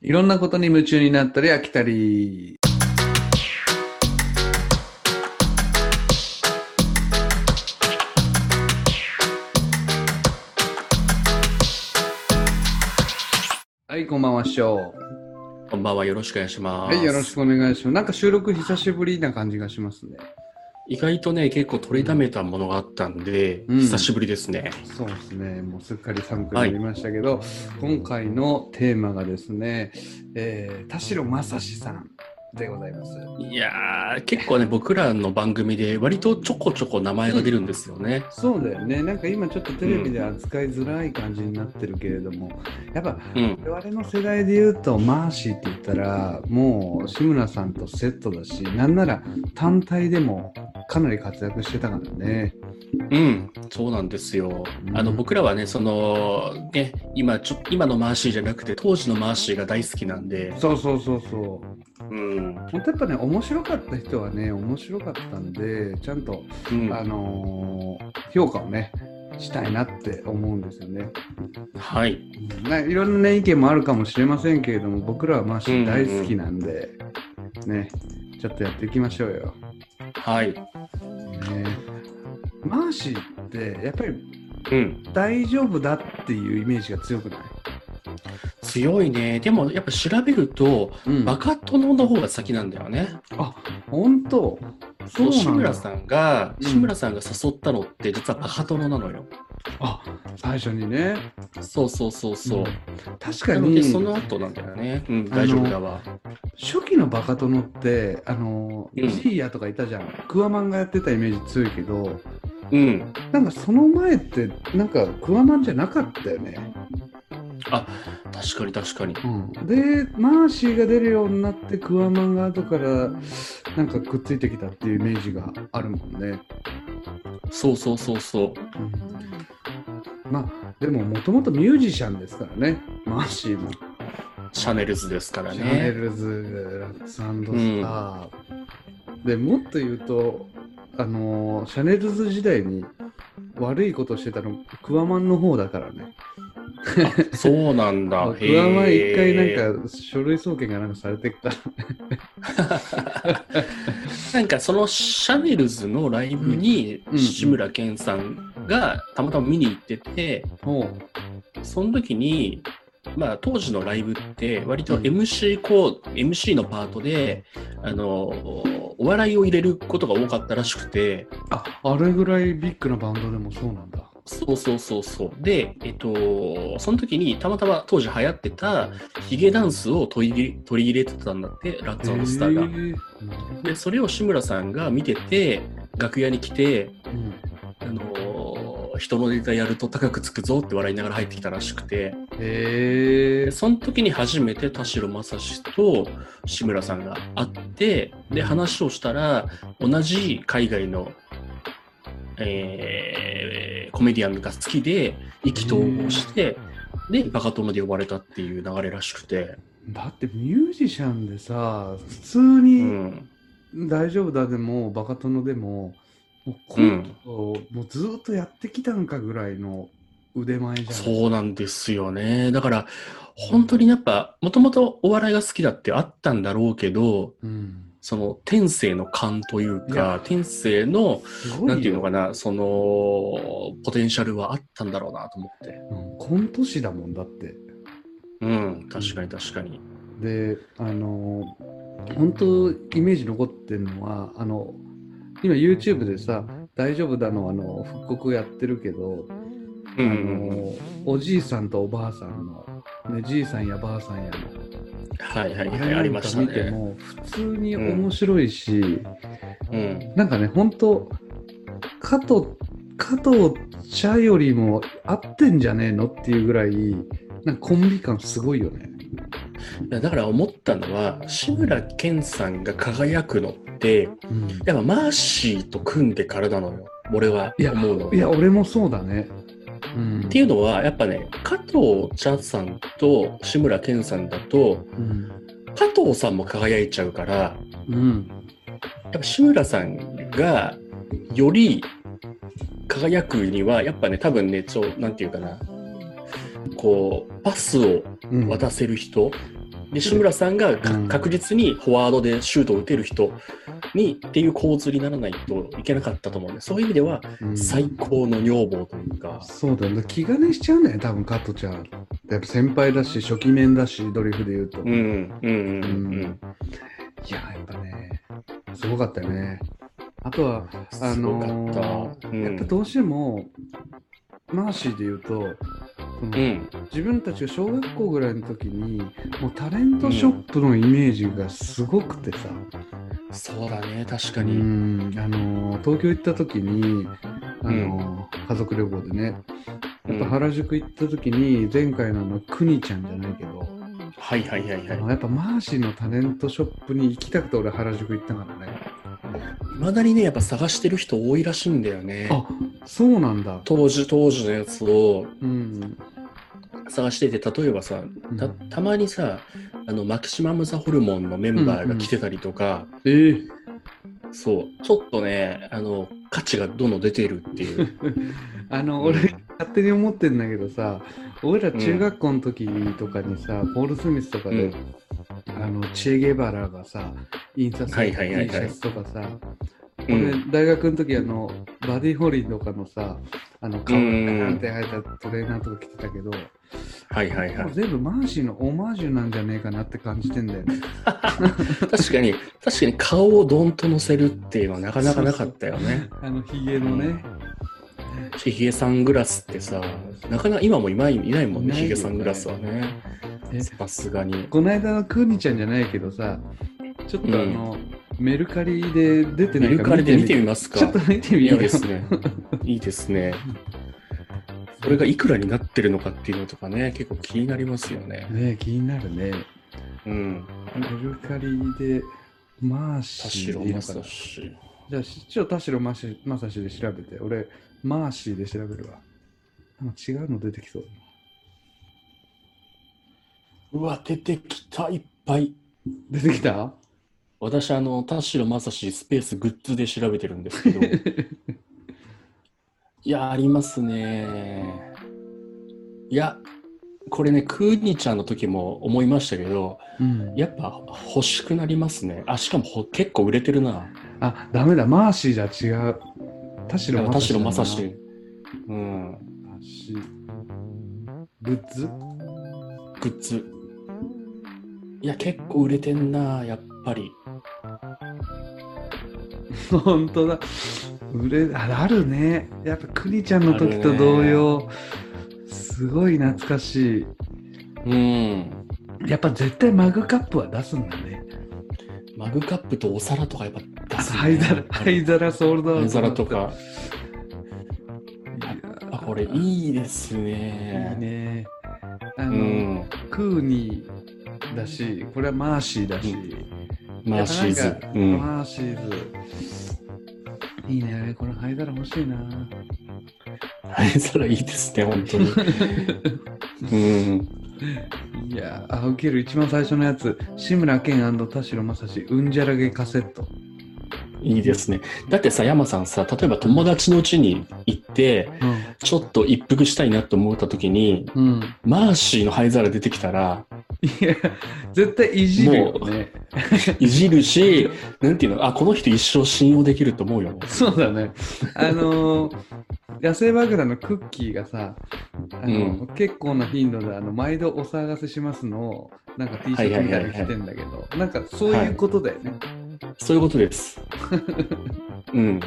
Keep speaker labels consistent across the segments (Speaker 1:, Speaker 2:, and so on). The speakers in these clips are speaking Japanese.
Speaker 1: いろんなことに夢中になったり飽きたり。はい、こんばんは、師匠。
Speaker 2: こんばんは、よろしくお願いします。
Speaker 1: はい、よろしくお願いします。なんか収録久しぶりな感じがしますね。
Speaker 2: 意外とね、結構取りためたものがあったんで、
Speaker 1: うん
Speaker 2: 久しぶりですね。
Speaker 1: そうですね、もうすっかり寒くなりましたけど、今回のテーマがですね、えー、田代正史さんでございます。
Speaker 2: いやー、結構ね、僕らの番組で割とちょこちょこ名前が出るんですよね。
Speaker 1: そうだよね、なんか今ちょっとテレビで扱いづらい感じになってるけれども、やっぱ
Speaker 2: うん。
Speaker 1: 我々の世代で言うと、マーシーって言ったら、もう志村さんとセットだし、なんなら単体でもかなり活躍してたからね。
Speaker 2: うん。そうなんですよ。
Speaker 1: うん
Speaker 2: あの、僕らはね、その、ね、今ちょ、今のマーシーじゃなくて、当時のマーシーが大好きなんで、
Speaker 1: そうそうそうそう。
Speaker 2: うん。
Speaker 1: 本当やっぱね、面白かった人はね、面白かったんで、ちゃんと、
Speaker 2: うん
Speaker 1: あのー評価をね、したいなって思うんですよね。
Speaker 2: はい。
Speaker 1: うんないろんな、ね、意見もあるかもしれませんけれども僕らはマーシー大好きなんで、ねちょっとやっていきましょうよ。
Speaker 2: はい。
Speaker 1: ね、マーシーってやっぱり
Speaker 2: うん。
Speaker 1: 大丈夫だっていうイメージが強くない、
Speaker 2: 強いね。でも、やっぱ調べると、
Speaker 1: うん
Speaker 2: バカ殿の方が先なんだよね。
Speaker 1: あ本当
Speaker 2: そう志
Speaker 1: なん
Speaker 2: 村
Speaker 1: だ
Speaker 2: さんが、
Speaker 1: うん
Speaker 2: 志村さんが誘ったのって実はバカ殿なのよ。
Speaker 1: あ最初にね
Speaker 2: そうそうそうそう。
Speaker 1: 確か
Speaker 2: なので
Speaker 1: に
Speaker 2: その後なんだよね。うん、大丈夫だわ。
Speaker 1: 初期のバカ殿ってあの
Speaker 2: うん
Speaker 1: ジーヤとかいたじゃんクワマンがやってたイメージ強いけど
Speaker 2: うん。
Speaker 1: なんかその前ってなんかクワマンじゃなかったよね。
Speaker 2: あ、確かに確かに。
Speaker 1: でマーシーが出るようになってクワマンが後からなんかくっついてきたっていうイメージがあるもんね、
Speaker 2: そうそうそうそう。
Speaker 1: まあでももともとミュージシャンですからねマーシーも
Speaker 2: シャネルズですから
Speaker 1: シャネ
Speaker 2: ね。
Speaker 1: ルズラッツスター、でもっと言うとあのーシャネルズ時代に悪いことしてたのクワマンの方だからね
Speaker 2: そうなん だ。
Speaker 1: クワマン一回
Speaker 2: へー
Speaker 1: なんか書類送検がなんかされてっから
Speaker 2: なんかそのシャネルズのライブに
Speaker 1: うんうん
Speaker 2: 志村けんさんがたまたま見に行ってて、
Speaker 1: もう
Speaker 2: その時に、まあ、当時のライブって割と MC こう MC のパートであのお笑いを入れることが多かったらしくて
Speaker 1: ああれぐらいビッグなバンドでもそうなんだ
Speaker 2: そうそうそうそうで、えっと、その時にたまたま当時流行ってたヒゲダンスを取り入れ取り入れてたんだってラッツスターが。
Speaker 1: え
Speaker 2: でそれを志村さんが見てて楽屋に来て
Speaker 1: ーうん
Speaker 2: あの人のネタやると高くつくぞって笑いながら入ってきたらしくて。
Speaker 1: へ
Speaker 2: で
Speaker 1: ー
Speaker 2: その時に初めて田代正史と志村さんが会ってで話をしたら同じ海外の、えーコメディアンが好きで意気投合してでバカ殿で呼ばれたっていう流れらしくて、
Speaker 1: だってミュージシャンでさ普通
Speaker 2: う
Speaker 1: に
Speaker 2: ん、
Speaker 1: 大丈夫だでも、バカ殿でももうコ
Speaker 2: う
Speaker 1: ン
Speaker 2: ん、
Speaker 1: トをもうずーっとやってきたんかぐらいの腕前じゃん
Speaker 2: そうなんですよねだから本当にやっぱもともとお笑いが好きだってあったんだろうけど
Speaker 1: うん、
Speaker 2: その天性の勘という
Speaker 1: い
Speaker 2: か
Speaker 1: や
Speaker 2: 天性の
Speaker 1: すごいよ
Speaker 2: なんていうのかな、その、ポテンシャルはあったんだろうなと思って。
Speaker 1: うんコント師だもんだって
Speaker 2: うん、確かに確かに。
Speaker 1: であの本当イメージ残ってるのはあの今 YouTube でさ「大丈夫だの」あの復刻やってるけど
Speaker 2: う
Speaker 1: あの、
Speaker 2: んうんうん。
Speaker 1: おじいさんとおばあさんの、ね、じいさんやばあさんや
Speaker 2: はいはい
Speaker 1: の、
Speaker 2: はい、ありました
Speaker 1: あれなんか見て
Speaker 2: ね。
Speaker 1: も普通に面白いし、
Speaker 2: うん。
Speaker 1: なんかね本当加藤加藤茶よりも合ってんじゃねえのっていうぐらいなんかコンビ感すごいよね。
Speaker 2: いやだから思ったのは、志村けんさんが輝くのって、
Speaker 1: うん
Speaker 2: やっぱマーシーと組んでからなのよ。俺はい
Speaker 1: や
Speaker 2: 思うの。
Speaker 1: いや俺もそうだね。うん、
Speaker 2: っていうのは、やっぱね、加藤茶さんと志村けんさんだと、
Speaker 1: うん
Speaker 2: 加藤さんも輝いちゃうから、
Speaker 1: うん、
Speaker 2: やっぱ志村さんがより輝くにはやっぱね多分ねちょなんていうかなこうパスを
Speaker 1: うん
Speaker 2: 渡せる人、で志村さんがか
Speaker 1: うん
Speaker 2: 確実にフォワードでシュートを打てる人にっていう構図にならないといけなかったと思うんでそういう意味では
Speaker 1: うん
Speaker 2: 最高の女房というか、
Speaker 1: そうだよね気兼ねしちゃうんだよね多分加トちゃんやっぱ先輩だし初期面だしドリフで言うと、
Speaker 2: うん、うんうんうん
Speaker 1: いややっぱねすごかったよねあとはあ
Speaker 2: すごか
Speaker 1: の
Speaker 2: った、うん
Speaker 1: やっぱどうしてもマーシーで言うとその
Speaker 2: うん
Speaker 1: 自分たちが小学校ぐらいの時にもうタレントショップのイメージがすごくてさ、
Speaker 2: そうだね確か
Speaker 1: う
Speaker 2: に、
Speaker 1: んあの東京行った時にあの、家族旅行でねやっぱ原宿行った時に前回のあのくにちゃんじゃないけど、
Speaker 2: はいはいはい
Speaker 1: あ
Speaker 2: はい
Speaker 1: のやっぱマーシーのタレントショップに行きたくて俺原宿行ったからね
Speaker 2: いまだにねやっぱ探してる人多いらしいんだよね
Speaker 1: あそうなんだ
Speaker 2: 当時当時のやつを
Speaker 1: うん
Speaker 2: 探してて例えばさ
Speaker 1: うん
Speaker 2: たたまにさあのマキシマム・ザ・ホルモンのメンバーが来てたりとか、
Speaker 1: えー、
Speaker 2: そうちょっとねあの価値がどんどん出てるって いう、
Speaker 1: あの
Speaker 2: う
Speaker 1: 俺
Speaker 2: ん
Speaker 1: 勝手に思ってんだけどさ俺ら中学校の時とかにさ、ポール・スミスとかで、
Speaker 2: うん
Speaker 1: あのチェ・ゲバラがさ印刷された
Speaker 2: はいはいはいは
Speaker 1: T
Speaker 2: い
Speaker 1: シャツとかさ、
Speaker 2: う
Speaker 1: 俺
Speaker 2: ん
Speaker 1: 大学の時あのバディホリーとかのさあの顔が
Speaker 2: うん
Speaker 1: なんて入ったトレーナーとか着てたけど、
Speaker 2: はいはいはい
Speaker 1: 全部マーシーのオマージュなんじゃねえかなって感じてんだよね。
Speaker 2: 確かに確かに顔をドンと乗せるっていうのはなかなかなかったよね
Speaker 1: あのヒゲのね。
Speaker 2: ヒゲサングラスってさなかなか今もいないいないもん
Speaker 1: い
Speaker 2: ね
Speaker 1: ないよね
Speaker 2: ヒゲサングラスはね
Speaker 1: え
Speaker 2: さすがに
Speaker 1: この間のクーニちゃんじゃないけどさちょっとあの、メルカリで出てな
Speaker 2: メ
Speaker 1: い
Speaker 2: ル
Speaker 1: か
Speaker 2: カリで見てみ
Speaker 1: み
Speaker 2: ますか
Speaker 1: ちょっと見てみようよ。
Speaker 2: いいですね。 いいですね。これがいくらになってるのかっていうのとかね、結構気になりますよね。
Speaker 1: ねえ気になるね。
Speaker 2: うん。
Speaker 1: メルカリでマー
Speaker 2: 田
Speaker 1: シー
Speaker 2: 代
Speaker 1: でいいのか
Speaker 2: 正
Speaker 1: な
Speaker 2: 史。
Speaker 1: じゃあちょっと田代マシマサシで調べて俺マーシーで調べるわ。なんか違うの出てきそう。
Speaker 2: うわ、出てきた、いっぱい。
Speaker 1: 出てきた
Speaker 2: 私、あの、田代正史スペースグッズで調べてるんですけ ど。いや、ありますね。いや、これね、クーニちゃんの時も思いましたけど、
Speaker 1: うん。
Speaker 2: やっぱ欲しくなりますね。あ、しかもほ結構売れてるな。
Speaker 1: あ、ダメだ、マーシーじゃ違う。田
Speaker 2: だから
Speaker 1: 代
Speaker 2: 田代正
Speaker 1: だ
Speaker 2: 史。うん。
Speaker 1: な。マーシーグッズ
Speaker 2: グッズいや結構売れてんなやっぱり
Speaker 1: 本当だ。売れああるね。やっぱくにちゃんの時と同様、すごい懐かしい。
Speaker 2: うん
Speaker 1: やっぱ絶対マグカップは出すんだね。
Speaker 2: マグカップとお皿とかやっぱ出す、ね、
Speaker 1: 灰
Speaker 2: や
Speaker 1: 皿
Speaker 2: っ、ぱり
Speaker 1: 灰皿ソールドアウト
Speaker 2: 灰
Speaker 1: だ
Speaker 2: 皿
Speaker 1: った
Speaker 2: と。か
Speaker 1: いや
Speaker 2: あこれ
Speaker 1: いい
Speaker 2: いいですね
Speaker 1: ね。あ
Speaker 2: う
Speaker 1: の、
Speaker 2: ん
Speaker 1: クーニーだし、これはマーシーだし。
Speaker 2: マーシーズ
Speaker 1: やっぱなんか
Speaker 2: うん
Speaker 1: マーシーズ。いいね、これ灰皿欲しいな。
Speaker 2: 灰皿いいですね本当に うん
Speaker 1: いやー、あ、受ける一番最初のやつ、志村けん田代正史、うんじゃらげカセット。
Speaker 2: いいですねだってさ山さんさ例えば友達の家に行ってちょっと一服したいなと思った時に
Speaker 1: うん。うん。
Speaker 2: マーシーの灰皿出てきたら
Speaker 1: いや、絶対いじるよね。
Speaker 2: いじるし、なんていうの、あ、この人一生信用できると思うよ。
Speaker 1: そうだね。あのー、野生爆弾のクッキーがさ、あの
Speaker 2: う
Speaker 1: 結構な頻度であの毎度お騒がせしますのを、なんか T シャツみたいに着てんだけど、なんかそういうことだよね。
Speaker 2: そういうこ とです。うん。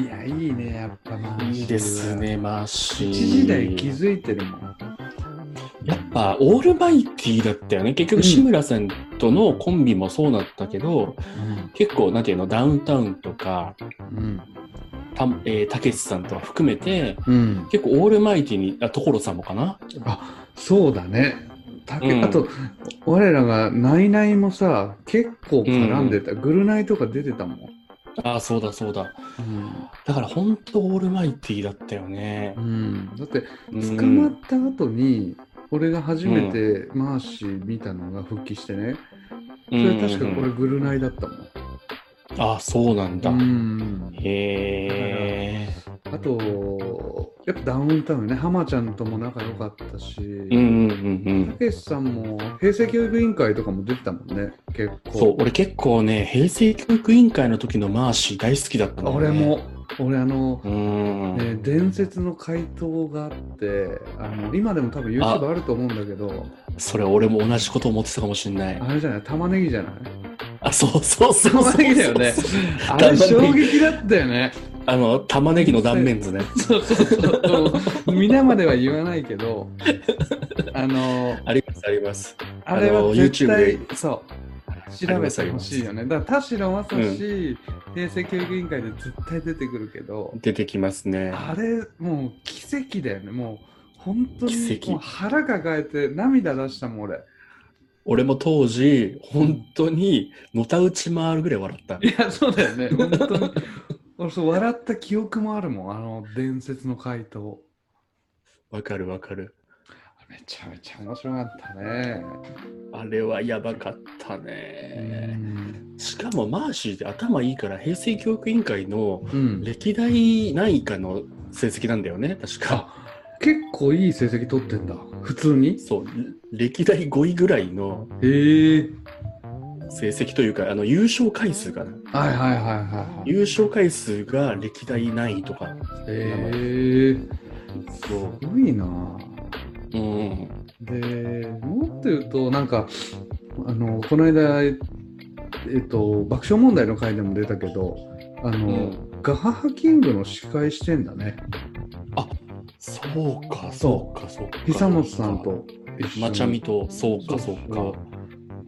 Speaker 1: い、や、いいね、やっぱマーシーはい
Speaker 2: いです。ね、マーシー。
Speaker 1: 一時代気づいてるもん。
Speaker 2: やっぱ、オールマイティだったよね。結
Speaker 1: うん
Speaker 2: 局、志村さんとのコンビもそうだったけど、結構、なんていうの、ダウンタウンとか、
Speaker 1: うん。
Speaker 2: たえーたけしさんとか含めて、
Speaker 1: うん。
Speaker 2: 結構、オールマイティに、あ、所さんもかな
Speaker 1: あそうだね。たけ
Speaker 2: うん
Speaker 1: あと、我らがナイナイもさ、結構絡んでた。グルナイとか出てたもん。
Speaker 2: あ、そうだ、そうだ。
Speaker 1: うん
Speaker 2: だから、本当オールマイティだったよね。
Speaker 1: だって、
Speaker 2: うん
Speaker 1: 捕まった後に、俺が初めてマーシー見たのが復帰してね。それ確かこ
Speaker 2: う
Speaker 1: れ
Speaker 2: ん
Speaker 1: グルナイだったもん。
Speaker 2: あ、そうなんだ。
Speaker 1: うん
Speaker 2: へえ。
Speaker 1: あと、やっぱダウンタウンね、浜ちゃんとも仲良かったし、
Speaker 2: うんうんうん
Speaker 1: たけしさんも平成教育委員会とかも出てたもんね、結構。
Speaker 2: そう、俺結構ね、平成教育委員会の時のマーシー大好きだった
Speaker 1: あ
Speaker 2: の、ね。
Speaker 1: 俺も。、俺あの、
Speaker 2: うーん。
Speaker 1: えー伝説の回答があってあの、今でも多分 YouTube あると思うんだけど、
Speaker 2: それ俺も同じこと思ってたかもしれない。
Speaker 1: あれじゃない、玉ねぎじゃない
Speaker 2: あ、そうそうそうそう
Speaker 1: 玉ねぎだよね。あれ衝撃だったよね。
Speaker 2: あの、玉ねぎの断面図ね。
Speaker 1: そうそうそう。皆までは言わないけど、あの、
Speaker 2: あります、あります。
Speaker 1: あれは絶対、
Speaker 2: YouTube
Speaker 1: そう、調べてほしいよね。だから田代正史、平成教育委員会で絶対出てくるけど、
Speaker 2: 出てきますね。
Speaker 1: あれ、もう奇跡だよね。もう、本当に
Speaker 2: 奇跡
Speaker 1: もう腹抱えて涙出したもん、俺。
Speaker 2: 俺も当時、本当に、のたうち回るぐらい笑った。
Speaker 1: いや、そうだよね。本当に。俺そう笑った記憶もあるもん、あの伝説の回答。
Speaker 2: わかるわかる。
Speaker 1: めちゃめちゃ面白かったね。
Speaker 2: あれはやばかったね。しかもマーシーって頭いいから、平成教育委員会の
Speaker 1: うん、
Speaker 2: 歴代何位かの成績なんだよね、確か。
Speaker 1: 結構いい成績取ってんだ普通に
Speaker 2: そう、歴代5位ぐらいの
Speaker 1: へえ
Speaker 2: 成績というか、あの優勝回数かな。
Speaker 1: はいはいはいはいはい
Speaker 2: 優勝回数が歴代何位とか。
Speaker 1: へえ
Speaker 2: そ
Speaker 1: すごいな
Speaker 2: う。うん。
Speaker 1: でもっと言うとなんかあのこの間えっと爆笑問題の回でも出たけどあの、
Speaker 2: うん
Speaker 1: ガハハキングの司会してんだね
Speaker 2: そうか、そうか、そうか。
Speaker 1: 久本さんと一緒に
Speaker 2: まちゃみと、そうか、
Speaker 1: そ
Speaker 2: そうう
Speaker 1: そう
Speaker 2: か。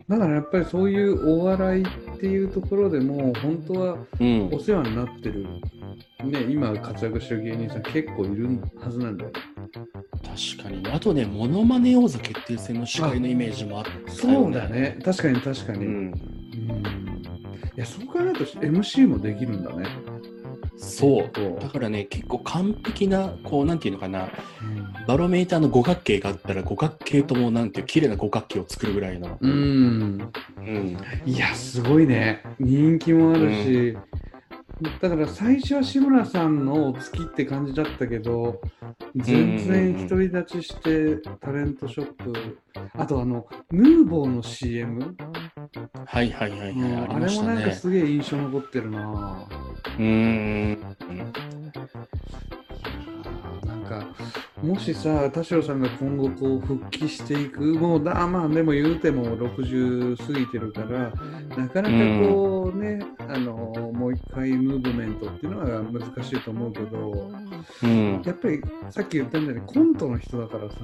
Speaker 1: だからやっぱりそういうお笑いっていうところでも本当は
Speaker 2: うん
Speaker 1: お。世話になってる、ね、今活躍してる芸人さん結構いるはずなんだよ。
Speaker 2: 確かに。あとね、モノマネ王座決定戦の司会のイメージもあったよ、
Speaker 1: そうだ。ね、確かに確か
Speaker 2: う
Speaker 1: に。うん
Speaker 2: ん。
Speaker 1: いや、そう考えると MC もできるんだね。
Speaker 2: そう。
Speaker 1: こ
Speaker 2: だからね、結構完璧な、こう、なんていうのかな、バロメーターの五角形があったら、五角形とも、なんていう、綺麗な五角形を作るぐらいの。
Speaker 1: う。うん。
Speaker 2: うん。
Speaker 1: いや、すごいね。人気もあるし。だから最初は志村さんのお付きって感じだったけど全然独り立ちしてタレントショップあとあのヌーボーの CM
Speaker 2: はいはいはいはい。
Speaker 1: うん
Speaker 2: あ
Speaker 1: あ
Speaker 2: り
Speaker 1: れ
Speaker 2: まし
Speaker 1: も
Speaker 2: た
Speaker 1: なんか
Speaker 2: ね。
Speaker 1: すげえ印象残ってるな
Speaker 2: うーん。
Speaker 1: ぁなんかもしさ田代さんが今後こう復帰していくもうだまあでも言うても60過ぎてるからなかなかこうね、あのもう一回ムーブメントっていうのは難しいと思うけど
Speaker 2: うん。
Speaker 1: やっぱりさっき言ったみたいにコントの人だからさ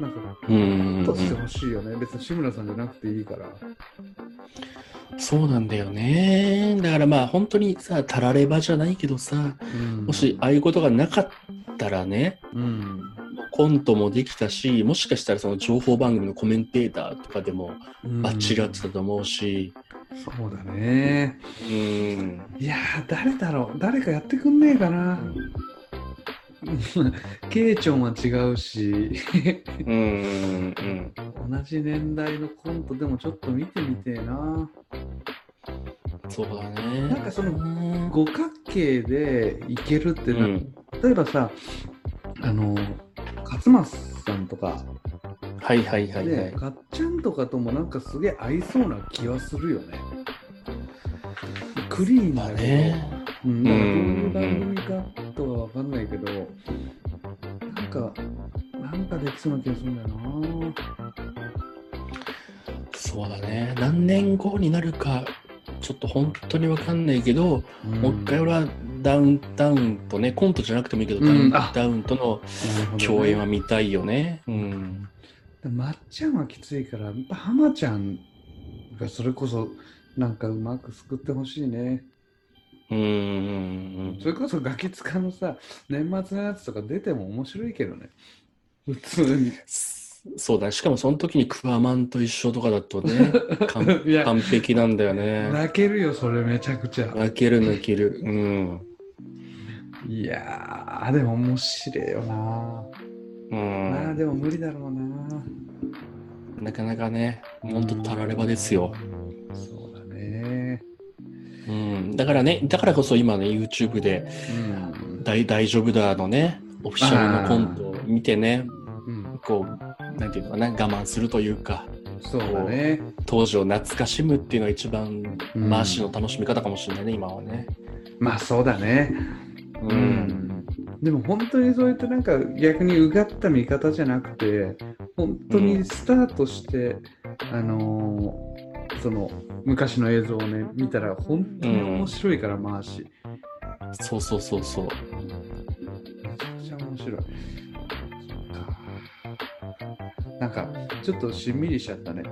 Speaker 1: なんか
Speaker 2: うん
Speaker 1: コン
Speaker 2: うんう
Speaker 1: トして
Speaker 2: ん。
Speaker 1: ほしいよね、別に志村さんじゃなくていいから
Speaker 2: そうなんだよね。だからまあ、本当にさ、たらればじゃないけどさ、もし、ああいうことがなかったらね、
Speaker 1: うん
Speaker 2: コントもできたし、もしかしたらその情報番組のコメンテーターとかでも
Speaker 1: うん、
Speaker 2: バッチリ合ってたと思うし、
Speaker 1: そうだね
Speaker 2: うん、
Speaker 1: いやー誰だろう誰かやってくんねえかなケイチョンは違うし
Speaker 2: うん、うん、
Speaker 1: 同じ年代のコントでもちょっと見てみてえな
Speaker 2: そうだね。
Speaker 1: なんかその
Speaker 2: うん
Speaker 1: 五角形でいけるってな、
Speaker 2: うん
Speaker 1: 例えばさあの勝間さんとか、
Speaker 2: はいはいはいはい。
Speaker 1: ねかっちゃんとかともなんかすげえ合いそうな気はするよねクリーン
Speaker 2: まあ
Speaker 1: だけど、
Speaker 2: ね、
Speaker 1: うん、なんかどういう番組かとは分かんないけど、なんか、なんかできそうな気がするんだよな。
Speaker 2: そうだね。何年後になるか、ちょっと本当にわかんないけど、もう一回俺はダウンタウンとね、コントじゃなくてもいいけど、
Speaker 1: うん
Speaker 2: ダウンタウンとの共演は
Speaker 1: は。
Speaker 2: 見たいよね。うん。
Speaker 1: まっちゃんはきついから、やっぱ浜ちゃんがそれこそ、なんかうまく救ってほしいね。
Speaker 2: うんうん
Speaker 1: それこそガキ使のさ、年末のやつとか出ても面白いけどね。普通に。
Speaker 2: そうだね、しかもその時にクワマンと一緒とかだとね、 完
Speaker 1: いや
Speaker 2: 完璧なんだよね。
Speaker 1: 泣けるよ、それめちゃくちゃ。
Speaker 2: 泣ける泣ける。うん。
Speaker 1: いやー、でも面白いよな。
Speaker 2: う
Speaker 1: まあ
Speaker 2: ん、
Speaker 1: でも無理だろうな。
Speaker 2: なかなかね、ほんとたらればですよ。
Speaker 1: そうだね。
Speaker 2: うん。だからね、だからこそ今ね、YouTube で、
Speaker 1: うん
Speaker 2: 大大丈夫だのね、オフィシャルのコントを見てね、
Speaker 1: うん、
Speaker 2: こう、なんていうのかな、我慢するというか、
Speaker 1: そうだね。
Speaker 2: 当時を懐かしむっていうのが一番、
Speaker 1: うん
Speaker 2: マーシーの楽しみ方かもしれないね、今はね。
Speaker 1: まあそうだね。
Speaker 2: うん
Speaker 1: うんでも本当にそうやってなんか逆にうがった見方じゃなくて本当にスタートして、あのーその昔の映像をね見たら本当に面白いから回し、
Speaker 2: そうそうそうそう。
Speaker 1: めちゃくちゃ面白いそっかなんかちょっとしんみりしちゃったね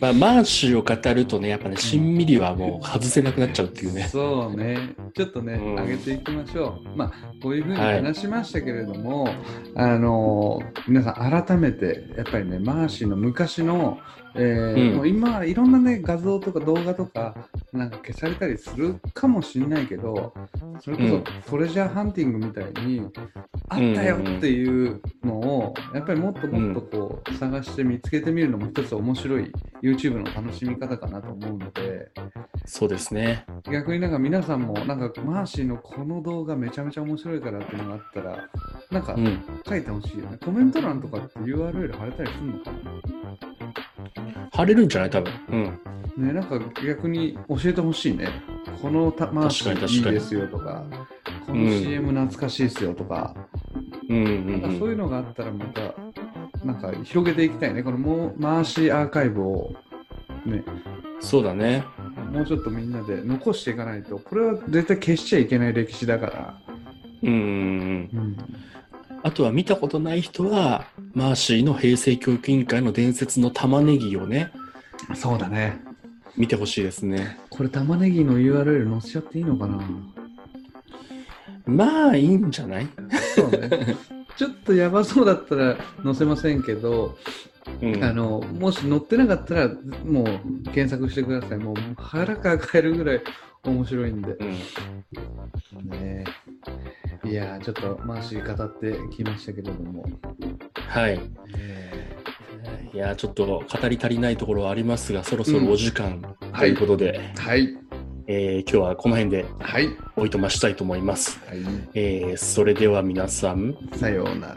Speaker 2: まあ、マーシーを語るとね、やっぱね、しんみりはもう外せなくなっちゃうっていうね。
Speaker 1: そうね、ちょっとね、
Speaker 2: うん
Speaker 1: 上げていきましょう。まあ、こういうふうに
Speaker 2: はい
Speaker 1: 話しましたけれども、あのー皆さん、改めて、やっぱりね、マーシーの昔の、えー
Speaker 2: うん
Speaker 1: もう今、いろんなね、画像とか動画とか、なんか消されたりするかもしれないけど、それこそ、
Speaker 2: うん
Speaker 1: トレジャーハンティングみたいに、あったよっていうのを、やっぱりもっともっとこう、探して見つけてみるのも一つ面白い YouTube の楽しみ方かなと思うので、
Speaker 2: そうですね。
Speaker 1: 逆になんか皆さんもなんかマーシーのこの動画めちゃめちゃ面白いからっていうのがあったらなんか
Speaker 2: うん。
Speaker 1: 書いてほしいよね、コメント欄とかって URL 貼れたりするのか
Speaker 2: 晴れるんじゃない多分。うん。
Speaker 1: なねなんか逆に教えてほしいねこのたマーシ
Speaker 2: 確かに
Speaker 1: ー
Speaker 2: 確
Speaker 1: いい
Speaker 2: かに
Speaker 1: ですよとかこ
Speaker 2: う
Speaker 1: の
Speaker 2: ん
Speaker 1: CM 懐かしいですよとか,、
Speaker 2: うん
Speaker 1: なんかそうういうのがあったらまたなんか広げていきたいねこのもうマーシーアーカイブをね
Speaker 2: ん。そうだね。
Speaker 1: もうちょっとみんなで残していかないとこれは絶対消しちゃいけない歴史だから、
Speaker 2: うんうん
Speaker 1: うん、
Speaker 2: うん。あとは見たことない人は、マーシーの平成教育委員会の伝説の玉ねぎをね、
Speaker 1: そうだね
Speaker 2: 見てほしいですね。
Speaker 1: これ玉ねぎの URL 載せちゃっていいのかな
Speaker 2: まあ、いいんじゃない
Speaker 1: そうねちょっとやばそうだったら載せませんけど、
Speaker 2: うん。
Speaker 1: あのもし載ってなかったらもう検索してくださいもう腹抱えるぐらい面白いんで、
Speaker 2: うん
Speaker 1: ねえ、いやーちょっとマーシー語ってきましたけれども、
Speaker 2: はい。いや、ちょっと語り足りないところはありますが、そろそろお時間ということで、
Speaker 1: はい
Speaker 2: えー今日はこの辺で
Speaker 1: はい
Speaker 2: おいとましたいと思います。
Speaker 1: はい
Speaker 2: えーそれでは皆さん、
Speaker 1: さようなら